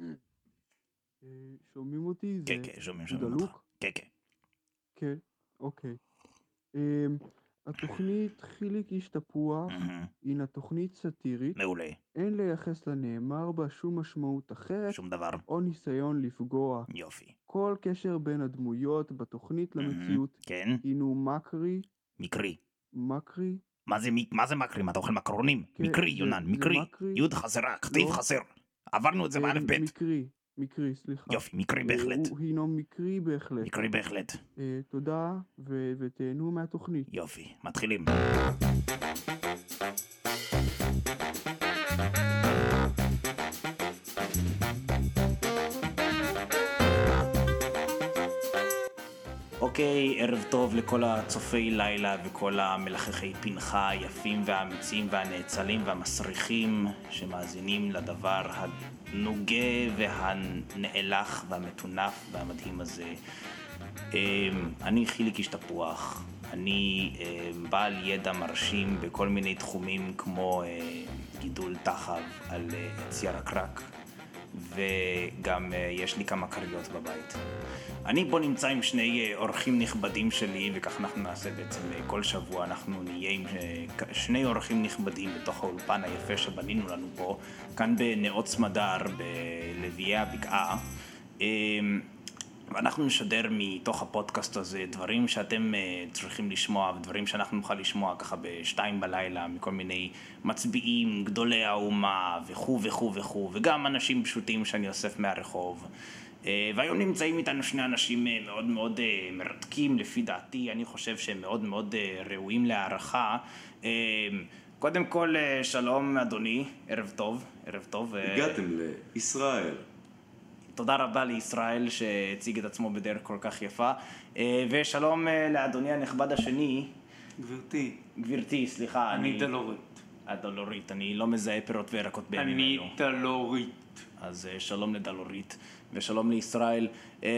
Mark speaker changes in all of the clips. Speaker 1: אה, שומעים אותי?
Speaker 2: כן,
Speaker 1: זה
Speaker 2: כן, שומעים, שומעים אותך.
Speaker 1: דלוק?
Speaker 2: כן, כן.
Speaker 1: כן, אוקיי. אמ, התוכנית חיליק איש תפוח
Speaker 2: מהמם.
Speaker 1: הינה תוכנית סאטירית,
Speaker 2: מעולה.
Speaker 1: אין לייחס לנאמר בה שום משמעות אחרת
Speaker 2: שום דבר.
Speaker 1: או ניסיון לפגוע.
Speaker 2: יופי.
Speaker 1: כל קשר בין הדמויות בתוכנית
Speaker 2: מהמם.
Speaker 1: למציאות
Speaker 2: כן?
Speaker 1: הינו מקרי,
Speaker 2: מקרי.
Speaker 1: מקרי,
Speaker 2: מה זה מי- מה זה מקרי? מה אתה אוכל מקרונים?
Speaker 1: כן,
Speaker 2: מקרי,
Speaker 1: זה-
Speaker 2: יונן,
Speaker 1: זה
Speaker 2: מקרי.
Speaker 1: מקרי.
Speaker 2: יוד חסרה, כתיב
Speaker 1: לא.
Speaker 2: חסר. עברנו את זה
Speaker 1: אמ,
Speaker 2: באלף בית.
Speaker 1: מקרי, מקרי, סליחה.
Speaker 2: יופי, מקרי בהחלט.
Speaker 1: הוא הינו מקרי בהחלט.
Speaker 2: מקרי בהחלט.
Speaker 1: אה, תודה, ו- ותהנו מהתוכנית.
Speaker 2: יופי, מתחילים. אוקיי, ערב טוב לכל הצופי לילה וכל המלחכי פנחה היפים והאמיצים והנאצלים והמסריחים שמאזינים לדבר הנוגה והנאלח והמטונף והמדהים הזה. אמ, אני חיליק איש תפוח, אני אמ, בעל ידע מרשים בכל מיני תחומים כמו אה, גידול תחב על אה, עץ ירקרק וגם אה, יש לי כמה כריות בבית. אני פה נמצא עם שני אה, אורחים נכבדים שלי וכך אנחנו נעשה בעצם אה, כל שבוע אנחנו נהיה עם אה, כ- שני אורחים נכבדים בתוך האולפן היפה שבנינו לנו פה כאן בנאות סמדר בלוויי הבקעה אמ, ואנחנו נשדר מתוך הפודקאסט הזה דברים שאתם אה, צריכים לשמוע ודברים שאנחנו נוכל לשמוע ככה בשתיים בלילה מכל מיני מצביעים, גדולי האומה וכו' וכו' וכו' וגם אנשים פשוטים שאני אוסף מהרחוב. אה, והיום נמצאים איתנו שני אנשים אה, מאוד מאוד אה, מרתקים לפי דעתי, אני חושב שהם מאוד מאוד אה, ראויים להערכה. אה, קודם כל אה, שלום אדוני, ערב טוב, ערב טוב. אה,
Speaker 3: הגעתם לישראל.
Speaker 2: תודה רבה לישראל שהציג את עצמו בדרך כל כך יפה. אה, ושלום אה, לאדוני הנכבד השני,
Speaker 4: גברתי,
Speaker 2: גברתי, סליחה,
Speaker 4: אני דלורית.
Speaker 2: הדלורית, אני לא מזהה פירות וירקות בימים
Speaker 4: אני
Speaker 2: אלו.
Speaker 4: דלורית.
Speaker 2: אז אה, שלום לדלורית, ושלום לישראל. אה,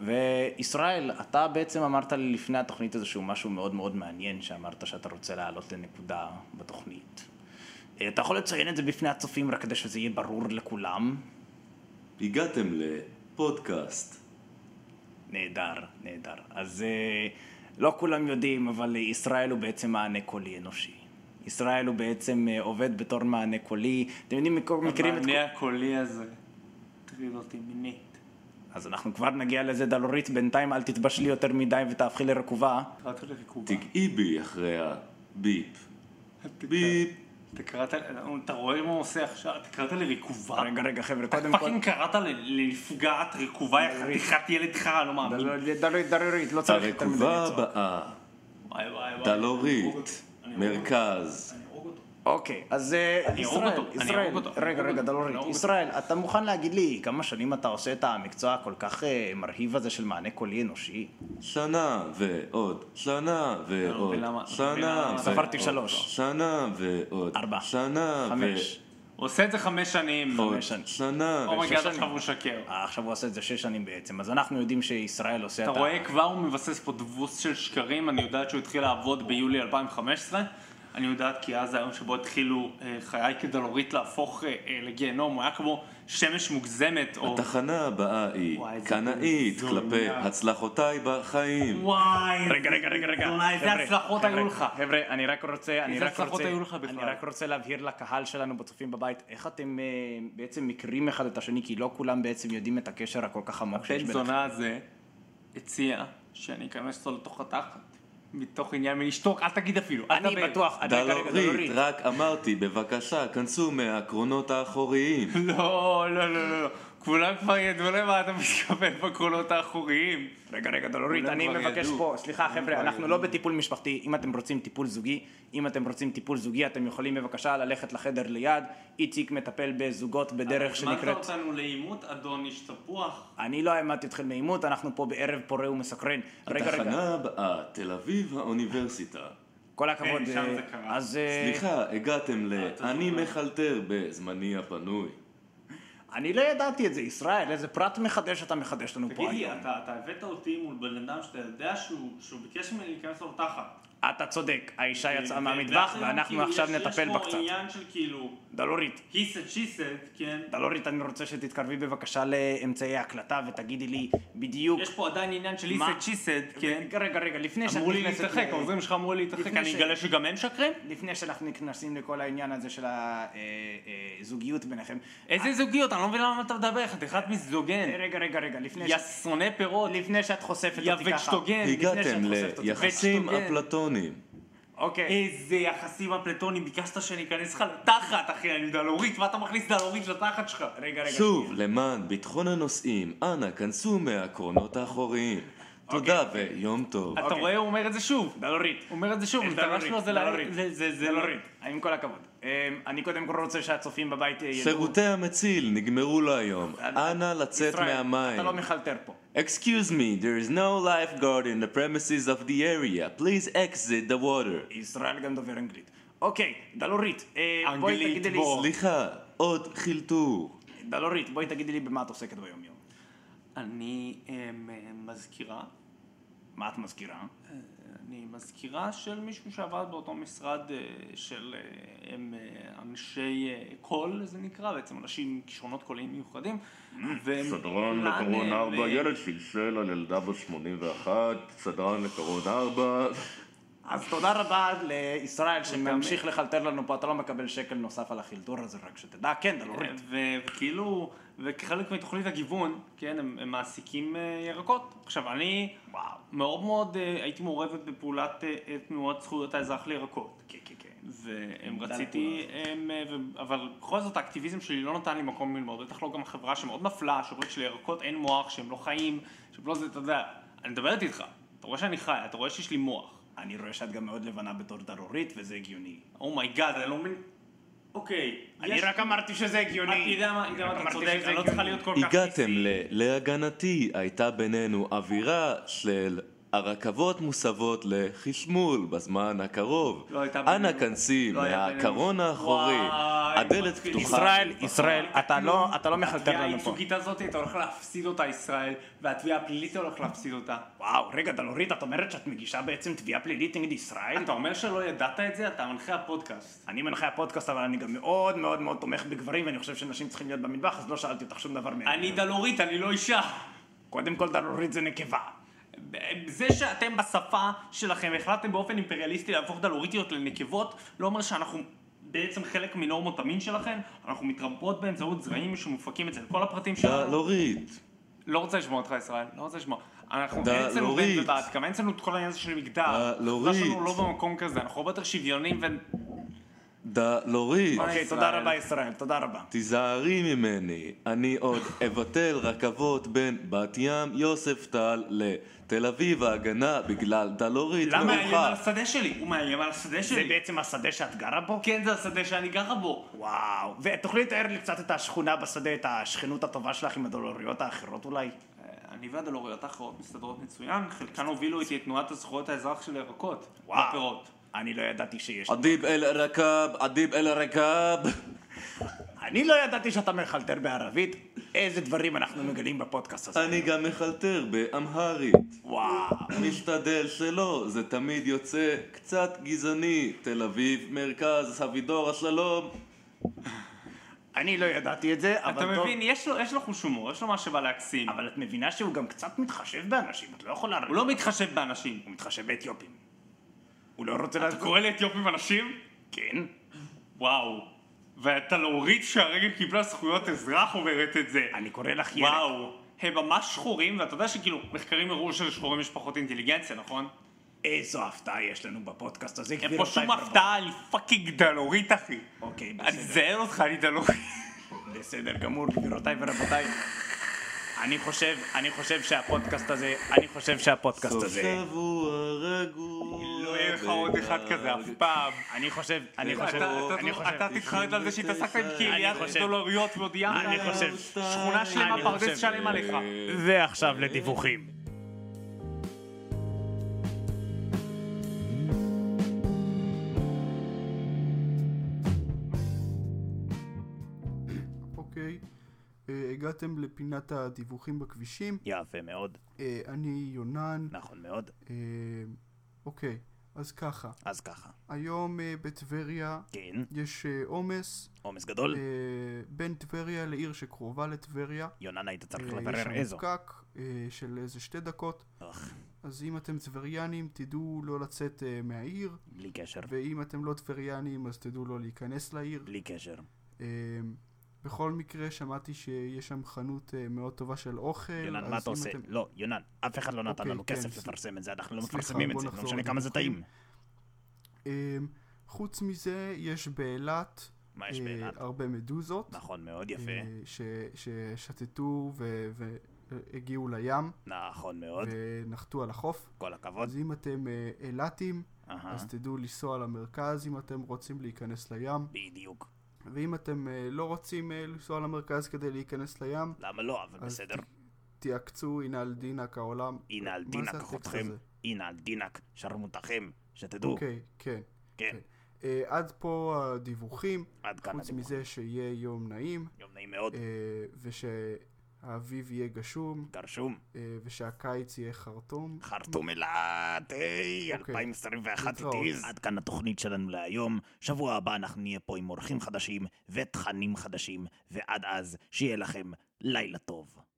Speaker 2: וישראל, אתה בעצם אמרת לי לפני התוכנית איזשהו משהו מאוד מאוד מעניין, שאמרת שאתה רוצה להעלות לנקודה בתוכנית. אה, אתה יכול לציין את זה בפני הצופים רק כדי שזה יהיה ברור לכולם?
Speaker 3: הגעתם לפודקאסט.
Speaker 2: נהדר, נהדר. אז אה, לא כולם יודעים, אבל ישראל הוא בעצם מענה קולי אנושי. ישראל הוא בעצם אה, עובד בתור מענה קולי. אתם יודעים, מכ- מכירים את...
Speaker 4: המענה הקולי הזה הטריד אותי מינית.
Speaker 2: אז אנחנו כבר נגיע לזה, דלורית, בינתיים אל תתבשלי יותר מדי ותהפכי לרקובה.
Speaker 4: קראת לי ריקובה.
Speaker 3: תגעי בי אחרי הביפ.
Speaker 4: אתה-
Speaker 3: ביפ.
Speaker 4: אתה קראת, אה, אתה רואה מה הוא עושה עכשיו? אתה קראת לי ריקובה?
Speaker 2: רגע, רגע, חבר'ה,
Speaker 4: אתה
Speaker 2: קודם כל...
Speaker 4: פאקינג קראת ל- לנפגעת ריקובה, יא חתיכת ילד חרא, לא מאמין.
Speaker 2: דלורית, דלורית, דלורית, לא צריך יותר מדי
Speaker 3: הרקובה
Speaker 2: לצעוק.
Speaker 3: הבאה.
Speaker 4: וואי וואי וואי. אני ארוג אותו.
Speaker 3: דלורית.
Speaker 4: אני ארוג אותו.
Speaker 3: מרכז.
Speaker 4: אני ארוג אותו.
Speaker 2: אוקיי, אז אה,
Speaker 4: אני אהרוג
Speaker 2: ישראל,
Speaker 4: אותו, אני
Speaker 2: ישראל,
Speaker 4: אהרוג אותו, אני
Speaker 2: רגע,
Speaker 4: אהרוג
Speaker 2: רגע,
Speaker 4: אותו,
Speaker 2: דלורית,
Speaker 4: אני אהרוג
Speaker 2: ישראל, אתה מוכן להגיד לי כמה שנים אתה עושה את המקצוע הכל כך אה, מרהיב הזה של מענה קולי אנושי?
Speaker 3: שנה ועוד. שנה ועוד.
Speaker 4: לא למה-
Speaker 3: שנה
Speaker 4: ולמה-
Speaker 3: ועוד.
Speaker 2: ספרתי שלוש.
Speaker 3: שנה ועוד.
Speaker 2: ארבע.
Speaker 4: אה,
Speaker 3: שנה
Speaker 2: חמש.
Speaker 4: הוא עושה את זה חמש Oh שנים.
Speaker 3: ועוד.
Speaker 2: חמש שנים.
Speaker 3: שנה
Speaker 4: אומייגאד,
Speaker 3: ושש
Speaker 4: עכשיו
Speaker 3: שנים.
Speaker 4: הוא שקר.
Speaker 2: אה, עכשיו הוא עושה את זה שש שנים בעצם, אז אנחנו יודעים שישראל עושה את
Speaker 4: אתה
Speaker 2: ה...
Speaker 4: רואה כבר הוא מבסס פה דבוס של שקרים, אני יודעת שהוא התחיל לעבוד ביולי 2015, אני יודעת כי אז זה היום שבו התחילו אה, חיי כדלורית להפוך אה, אה, לגיהנום, הוא היה כמו שמש מוגזמת, או...
Speaker 3: התחנה הבאה היא
Speaker 4: וואי, זה
Speaker 3: קנאית
Speaker 4: מזויף.
Speaker 3: כלפי הצלחותיי בחיים.
Speaker 4: וואי,
Speaker 2: רגע, רגע, רגע, רגע.
Speaker 4: וואי, איזה
Speaker 2: חבר'ה,
Speaker 4: הצלחות
Speaker 2: חבר'ה,
Speaker 4: היו לך.
Speaker 2: חבר'ה, אני רק רוצה, אני
Speaker 4: איזה
Speaker 2: רק
Speaker 4: הצלחות
Speaker 2: רוצה,
Speaker 4: היו לך
Speaker 2: אני
Speaker 4: בכלל?
Speaker 2: רק רוצה להבהיר לקהל שלנו בצופים בבית, איך אתם אה, בעצם מכירים אחד את השני, כי לא כולם בעצם יודעים את הקשר הכל כך עמוק שיש
Speaker 4: בן
Speaker 2: ביניכם.
Speaker 4: זונה הזה הציע שאני אכנס אותו לתוך התחת, מתוך עניין מלשתוק, אל תגיד אפילו, אל
Speaker 2: אני
Speaker 4: תדבר.
Speaker 2: בטוח, אני לא רגע, רגע,
Speaker 3: דלורית,
Speaker 2: דלורית.
Speaker 3: לא רק אמרתי, בבקשה, כנסו מהקרונות האחוריים.
Speaker 4: לא, לא, לא, לא, לא, כולם כבר ידעו למה אתה מתכוון בקרונות האחוריים.
Speaker 2: רגע, רגע, דולורית,
Speaker 4: כולם
Speaker 2: אני
Speaker 4: כבר
Speaker 2: מבקש
Speaker 4: ידעו.
Speaker 2: פה, סליחה חבר'ה, אנחנו לא בטיפול משפחתי, אם אתם רוצים טיפול זוגי, אם אתם רוצים טיפול זוגי, אתם יכולים בבקשה ללכת לחדר ליד, איציק מטפל בזוגות בדרך שנקראת...
Speaker 4: אותנו לעימות, אדון איש תפוח.
Speaker 2: אני לא העמדתי אתכם מעימות, אנחנו פה בערב פורה ומסקרן. רגע, רגע,
Speaker 3: התחנה הבאה, תל אביב האוניברסיטה.
Speaker 2: כל הכבוד.
Speaker 4: אין, שם
Speaker 2: אה,
Speaker 4: זה קרה.
Speaker 2: אז אה,
Speaker 3: סליחה, הגעתם ל...
Speaker 4: אתה
Speaker 3: אני
Speaker 4: זוכר.
Speaker 3: מחלטר בזמני הפנוי.
Speaker 2: כן, אני לא ידעתי את זה, ישראל, איזה פרט מחדש אתה מחדש לנו פה
Speaker 4: תגיד לי,
Speaker 2: היום.
Speaker 4: אתה, אתה הבאת אותי מול בן אדם שאתה יודע שהוא, שהוא ביקש ממני להיכנס לו תחת.
Speaker 2: אתה צודק, האישה יצאה מהמטבח
Speaker 4: ואז
Speaker 2: ואנחנו
Speaker 4: כאילו,
Speaker 2: עכשיו
Speaker 4: יש-
Speaker 2: נטפל בה
Speaker 4: יש
Speaker 2: קצת.
Speaker 4: פה עניין של כאילו,
Speaker 2: דלורית,
Speaker 4: he said, she said, כן?
Speaker 2: דלורית, אני רוצה שתתקרבי בבקשה לאמצעי ההקלטה ותגידי לי בדיוק...
Speaker 4: יש פה עדיין עניין של he
Speaker 2: מה?
Speaker 4: said, she said, כן?
Speaker 2: רגע, רגע, לפני שאת
Speaker 4: אמרו לי
Speaker 2: נכנסת
Speaker 4: להתרחק,
Speaker 2: ל-
Speaker 4: העוזרים שלך אמרו לי להתרחק,
Speaker 2: לפני
Speaker 4: אני
Speaker 2: ש-
Speaker 4: אגלה שגם הם שקרים?
Speaker 2: לפני שאנחנו נכנסים לכל העניין הזה של הזוגיות ביניכם. אה,
Speaker 4: איזה זוגיות, אני לא מבין למה אתה מדבר, חתיכת מיזוגן.
Speaker 2: רגע, רגע, רגע, לפני
Speaker 4: יא
Speaker 2: ש-
Speaker 4: שונא פירות,
Speaker 2: לפני שאת חושפת
Speaker 4: יא
Speaker 2: אותי ככה.
Speaker 4: וגשטוגן.
Speaker 2: לפני שאת
Speaker 3: הגעתם
Speaker 2: חושפת אותי.
Speaker 3: ליחסים
Speaker 4: ושטוגן.
Speaker 3: אפלטוניים.
Speaker 2: אוקיי.
Speaker 4: איזה יחסים אפלטונים, ביקשת שאני אכנס לך לתחת, אחי, אני דלורית, ואתה מכניס דלורית לתחת שלך.
Speaker 2: רגע, רגע.
Speaker 3: שוב, למען ביטחון הנוסעים, אנא כנסו מהקרונות האחוריים.
Speaker 2: אוקיי,
Speaker 3: תודה ויום טוב.
Speaker 2: אה,
Speaker 4: אתה רואה, הוא אומר את זה שוב.
Speaker 2: דלורית. אה,
Speaker 4: הוא אומר את זה שוב, המטרה שלו זה
Speaker 2: דלורית.
Speaker 4: לה- זה- זה- לא- זה
Speaker 2: דלורית. עם כל הכבוד. אמ, אני קודם כל רוצה שהצופים בבית אה, ידעו. אה,
Speaker 3: שירותי המציל נגמרו להיום. אנא לצאת
Speaker 2: ישראל,
Speaker 3: מהמים.
Speaker 2: אתה לא מחלטר פה.
Speaker 3: Excuse me, there is no lifeguard in the premises of the area. Please exit the water.
Speaker 2: ישראל גם דובר אנגלית. אוקיי, דלורית. אה, בואי
Speaker 4: אנגלית,
Speaker 2: תגידי לי-
Speaker 4: בוא.
Speaker 3: סליחה, עוד חילטור.
Speaker 2: דלורית, בואי תגידי לי במה את עוסקת ביום יום.
Speaker 4: אני אמ, אמ, מזכירה, אה,
Speaker 2: מה את מזכירה?
Speaker 4: אני מזכירה של מישהו שעבד באותו משרד אה, של אה, הם, אה, אנשי אה, קול, זה נקרא, בעצם אנשים עם כישרונות קוליים מיוחדים. והם
Speaker 5: סדרן
Speaker 4: כולן,
Speaker 5: לקרון
Speaker 4: אה,
Speaker 5: 4,
Speaker 4: ב-
Speaker 5: ילד שלשל על ילדה בת 81, סדרן לקרון 4,
Speaker 2: אז תודה רבה לישראל שממשיך לחלטר לנו פה, אתה לא מקבל שקל נוסף על החלטור הזה, רק שתדע, כן, דלורית.
Speaker 4: ו- וכאילו, וכחלק מתוכנית הגיוון, כן, הם, הם מעסיקים אה, ירקות. עכשיו, אני
Speaker 2: וואו.
Speaker 4: מאוד מאוד אה, הייתי מעורבת בפעולת אה, אה, תנועת זכויות האזרח לירקות.
Speaker 2: כן, כן, כן.
Speaker 4: והם
Speaker 2: תודה
Speaker 4: רציתי, הם, אה, ו- אבל בכל זאת האקטיביזם שלי לא נתן לי מקום ללמוד, בטח לא גם החברה שמאוד מפלה, שאומרת שלירקות אין מוח, שהם לא חיים, שהם לא זה, אתה יודע, אני מדברת איתך, אתה רואה שאני חי, אתה רואה שיש לי מוח.
Speaker 2: אני רואה שאת גם מאוד לבנה בתור דלורית, וזה הגיוני.
Speaker 4: אומייגאד, אני לא מבין, אוקיי,
Speaker 2: אני
Speaker 4: יש-
Speaker 2: רק אמרתי שזה
Speaker 4: אתה
Speaker 2: הגיוני.
Speaker 4: יודע מה, אתה יודע מה, אתה
Speaker 2: אמרתי
Speaker 4: צודק,
Speaker 2: שזה
Speaker 4: אני לא צריכה
Speaker 2: הגיוני.
Speaker 4: להיות כל כך
Speaker 3: הגעתם
Speaker 4: ניסי.
Speaker 3: ל... להגנתי, הייתה בינינו אווירה של הרכבות מוסבות לחשמול בזמן הקרוב.
Speaker 4: לא הייתה בינינו-
Speaker 3: אנא כנסי
Speaker 4: לא היה בינינו-
Speaker 3: מהקרון האחורי,
Speaker 4: וואי,
Speaker 3: הדלת
Speaker 4: מצחיק.
Speaker 3: פתוחה.
Speaker 2: ישראל, ישראל, אתה לא, אתה לא מחלטר
Speaker 4: התביעה
Speaker 2: לנו פה.
Speaker 4: הייצוגית הזאת, אתה הולך להפסיד אותה, ישראל, והתביעה הפלילית אתה הולך להפסיד אותה.
Speaker 2: וואו, רגע, לא דלורית, את אומרת שאת מגישה בעצם תביעה פלילית נגד ישראל?
Speaker 4: אתה אומר שלא ידעת את זה? אתה מנחה הפודקאסט.
Speaker 2: אני מנחה הפודקאסט, אבל אני גם מאוד מאוד מאוד תומך בגברים, ואני חושב שנשים צריכים להיות במטבח, אז לא שאלתי אותך שום דבר מעבר.
Speaker 4: אני דלורית, אני לא אישה.
Speaker 2: קודם כל, לא דלורית זה נקבה.
Speaker 4: זה שאתם בשפה שלכם החלטתם באופן אימפריאליסטי להפוך דלוריטיות לנקבות, לא אומר שאנחנו בעצם חלק מנורמות המין שלכם, אנחנו מתרבות באמצעות זרעים שמופקים אצל כל הפרטים שלנו.
Speaker 3: דלורית,
Speaker 4: לא רוצה לשמוע אותך ישראל, לא רוצה לשמוע. אנחנו
Speaker 3: דלורית.
Speaker 4: אין אצלנו בן ובת, גם אין אצלנו את כל העניין הזה של מגדר.
Speaker 3: דלורית.
Speaker 4: אנחנו לא במקום כזה, אנחנו הרבה יותר שוויונים ו...
Speaker 3: דלורית,
Speaker 2: אוקיי,
Speaker 4: ישראל.
Speaker 2: תודה רבה, ישראל, תודה רבה.
Speaker 3: תיזהרי ממני, אני עוד אבטל רכבות בין בת ים, יוספטל לתל אביב ההגנה בגלל דלורית
Speaker 4: הוא מאיים על
Speaker 3: מרוחה.
Speaker 4: השדה שלי, הוא מאיים על השדה
Speaker 2: זה
Speaker 4: שלי.
Speaker 2: בעצם השדה שאת גרה בו?
Speaker 4: כן, זה השדה שאני גרה בו.
Speaker 2: וואו, ותוכלי לתאר לי קצת את השכונה בשדה, את השכנות הטובה שלך עם הדולריות האחרות אולי?
Speaker 4: אה, אני והדלוריות האחרות מסתדרות מצוין, חלקן הובילו איתי את תנועת הזכויות האזרח של הירקות.
Speaker 2: וואו.
Speaker 4: והפירות.
Speaker 2: אני לא ידעתי שיש.
Speaker 3: עדיב אל רקב, עדיב אל רקב.
Speaker 2: אני לא ידעתי שאתה מחלטר בערבית, איזה דברים אנחנו מגלים בפודקאסט הזה.
Speaker 3: אני גם מחלטר באמהרית.
Speaker 2: וואו.
Speaker 3: משתדל שלא, זה תמיד יוצא קצת גזעני. תל אביב, מרכז, אבידור השלום.
Speaker 2: אני לא ידעתי את זה, אבל
Speaker 4: אתה
Speaker 2: טוב.
Speaker 4: מבין, יש לו- יש לו חוש הומור, יש לו מה שבא להקסים.
Speaker 2: אבל את מבינה שהוא גם קצת מתחשב באנשים, את לא יכולה...
Speaker 4: הוא לא מתחשב באנשים.
Speaker 2: הוא מתחשב באתיופים. הוא לא רוצה לעזור.
Speaker 4: אתה קורא לאתיופים אנשים?
Speaker 2: כן.
Speaker 4: וואו. ואתה להוריד שהרגע קיבלה זכויות אזרח אומרת את זה.
Speaker 2: אני קורא לך ילד.
Speaker 4: וואו. הם ממש שחורים, ואתה יודע שכאילו, מחקרים הראו שלשחורים יש פחות אינטליגנציה, נכון?
Speaker 2: איזו הפתעה יש לנו בפודקאסט הזה,
Speaker 4: אין פה
Speaker 2: גבירותיי
Speaker 4: שום
Speaker 2: ורבותיי.
Speaker 4: הפתעה, אני פאקינג דלורית, אחי.
Speaker 2: כאילו אוקיי,
Speaker 4: אני
Speaker 2: בסדר.
Speaker 4: זהר אותך, אני דלורית.
Speaker 2: בסדר גמור, גבירותיי ורבותיי. אני חושב, אני חושב שהפודקאסט הזה, אני חושב שהפודקאסט
Speaker 3: סוף
Speaker 2: הזה,
Speaker 3: שבוע רגוע.
Speaker 4: לא יהיה לך עוד אחד כזה אף פעם.
Speaker 2: אני חושב, אני
Speaker 4: אתה-
Speaker 2: חושב,
Speaker 4: אתה-
Speaker 2: אני חושב,
Speaker 4: אתה תתחרד על זה שהתעסקת עם קהיליית
Speaker 2: חושב-
Speaker 4: דולריות ועוד ים.
Speaker 2: אני חושב,
Speaker 4: אה, שכונה שלמה,
Speaker 2: אני חושב-
Speaker 4: פרדס שלם עליך.
Speaker 2: ועכשיו לדיווחים.
Speaker 1: אוקיי, אה, הגעתם לפינת הדיווחים בכבישים.
Speaker 2: יפה מאוד,
Speaker 1: אה, אני יונן.
Speaker 2: נכון מאוד.
Speaker 1: אה, אוקיי,
Speaker 6: אז ככה,
Speaker 2: אז ככה.
Speaker 6: היום אה, בטבריה
Speaker 2: כן,
Speaker 6: יש אה, עומס
Speaker 2: עומס גדול.
Speaker 6: אה, בין טבריה לעיר שקרובה לטבריה.
Speaker 2: יונן היית צריך
Speaker 6: אה, יש
Speaker 2: לברר
Speaker 6: שם
Speaker 2: איזו.
Speaker 6: פקק אה, של איזה שתי דקות,
Speaker 2: אך,
Speaker 6: אז אם אתם טבריאנים תדעו לא לצאת אה, מהעיר,
Speaker 2: בלי קשר,
Speaker 6: ואם אתם לא טבריאנים אז תדעו לא להיכנס לעיר.
Speaker 2: בלי קשר.
Speaker 6: אה, בכל מקרה שמעתי שיש שם חנות אה, מאוד טובה של אוכל.
Speaker 2: יונן,
Speaker 6: כן, אז
Speaker 2: מה
Speaker 6: אם
Speaker 2: אתה עושה?
Speaker 6: אתם-
Speaker 2: לא, יונן, אף אחד לא נתן
Speaker 6: אוקיי,
Speaker 2: לנו
Speaker 6: כן,
Speaker 2: כסף
Speaker 6: ס-
Speaker 2: לפרסם את זה, אנחנו לא
Speaker 6: סליחה,
Speaker 2: מפרסמים את
Speaker 6: בוא
Speaker 2: זה, לא
Speaker 6: נחזור
Speaker 2: משנה כמה זה
Speaker 6: לדיווחים.
Speaker 2: טעים.
Speaker 6: אה, חוץ מזה יש באילת
Speaker 2: מה יש
Speaker 6: אה,
Speaker 2: באילת?
Speaker 6: הרבה מדוזות.
Speaker 2: נכון, מאוד יפה.
Speaker 6: אה, ש- ששתתו ו- והגיעו לים
Speaker 2: נכון מאוד,
Speaker 6: ונחתו על החוף.
Speaker 2: כל הכבוד.
Speaker 6: אה, אז אם אתם אה, אילתים,
Speaker 2: אהה,
Speaker 6: אז תדעו לנסוע למרכז אם אתם רוצים להיכנס לים.
Speaker 2: בדיוק.
Speaker 6: ואם אתם אה, לא רוצים אה, לנסוע למרכז כדי להיכנס לים,
Speaker 2: למה לא, אבל
Speaker 6: אז
Speaker 2: בסדר.
Speaker 6: תיעקצו הנה על דינק העולם.
Speaker 2: הנה על
Speaker 6: מה
Speaker 2: דינק
Speaker 6: זה הטקסט
Speaker 2: אחותכם,
Speaker 6: הזה?
Speaker 2: הנה על דינק שרמוטכם, שתדעו.
Speaker 6: אוקיי, כן.
Speaker 2: כן,
Speaker 6: אה, עד פה הדיווחים,
Speaker 2: עד כאן
Speaker 6: חוץ
Speaker 2: הדיווח.
Speaker 6: מזה שיהיה יום נעים,
Speaker 2: יום נעים מאוד,
Speaker 6: אה, ושהאביב יהיה גשום,
Speaker 2: גרשום,
Speaker 6: אה, ושהקיץ יהיה חרטום.
Speaker 2: חרטום אילת,
Speaker 6: אוקיי.
Speaker 2: היי, 2021
Speaker 6: להתראות.
Speaker 2: איטיז. עד כאן התוכנית שלנו להיום. שבוע הבא אנחנו נהיה פה עם אורחים חדשים ותכנים חדשים, ועד אז, שיהיה לכם לילה טוב.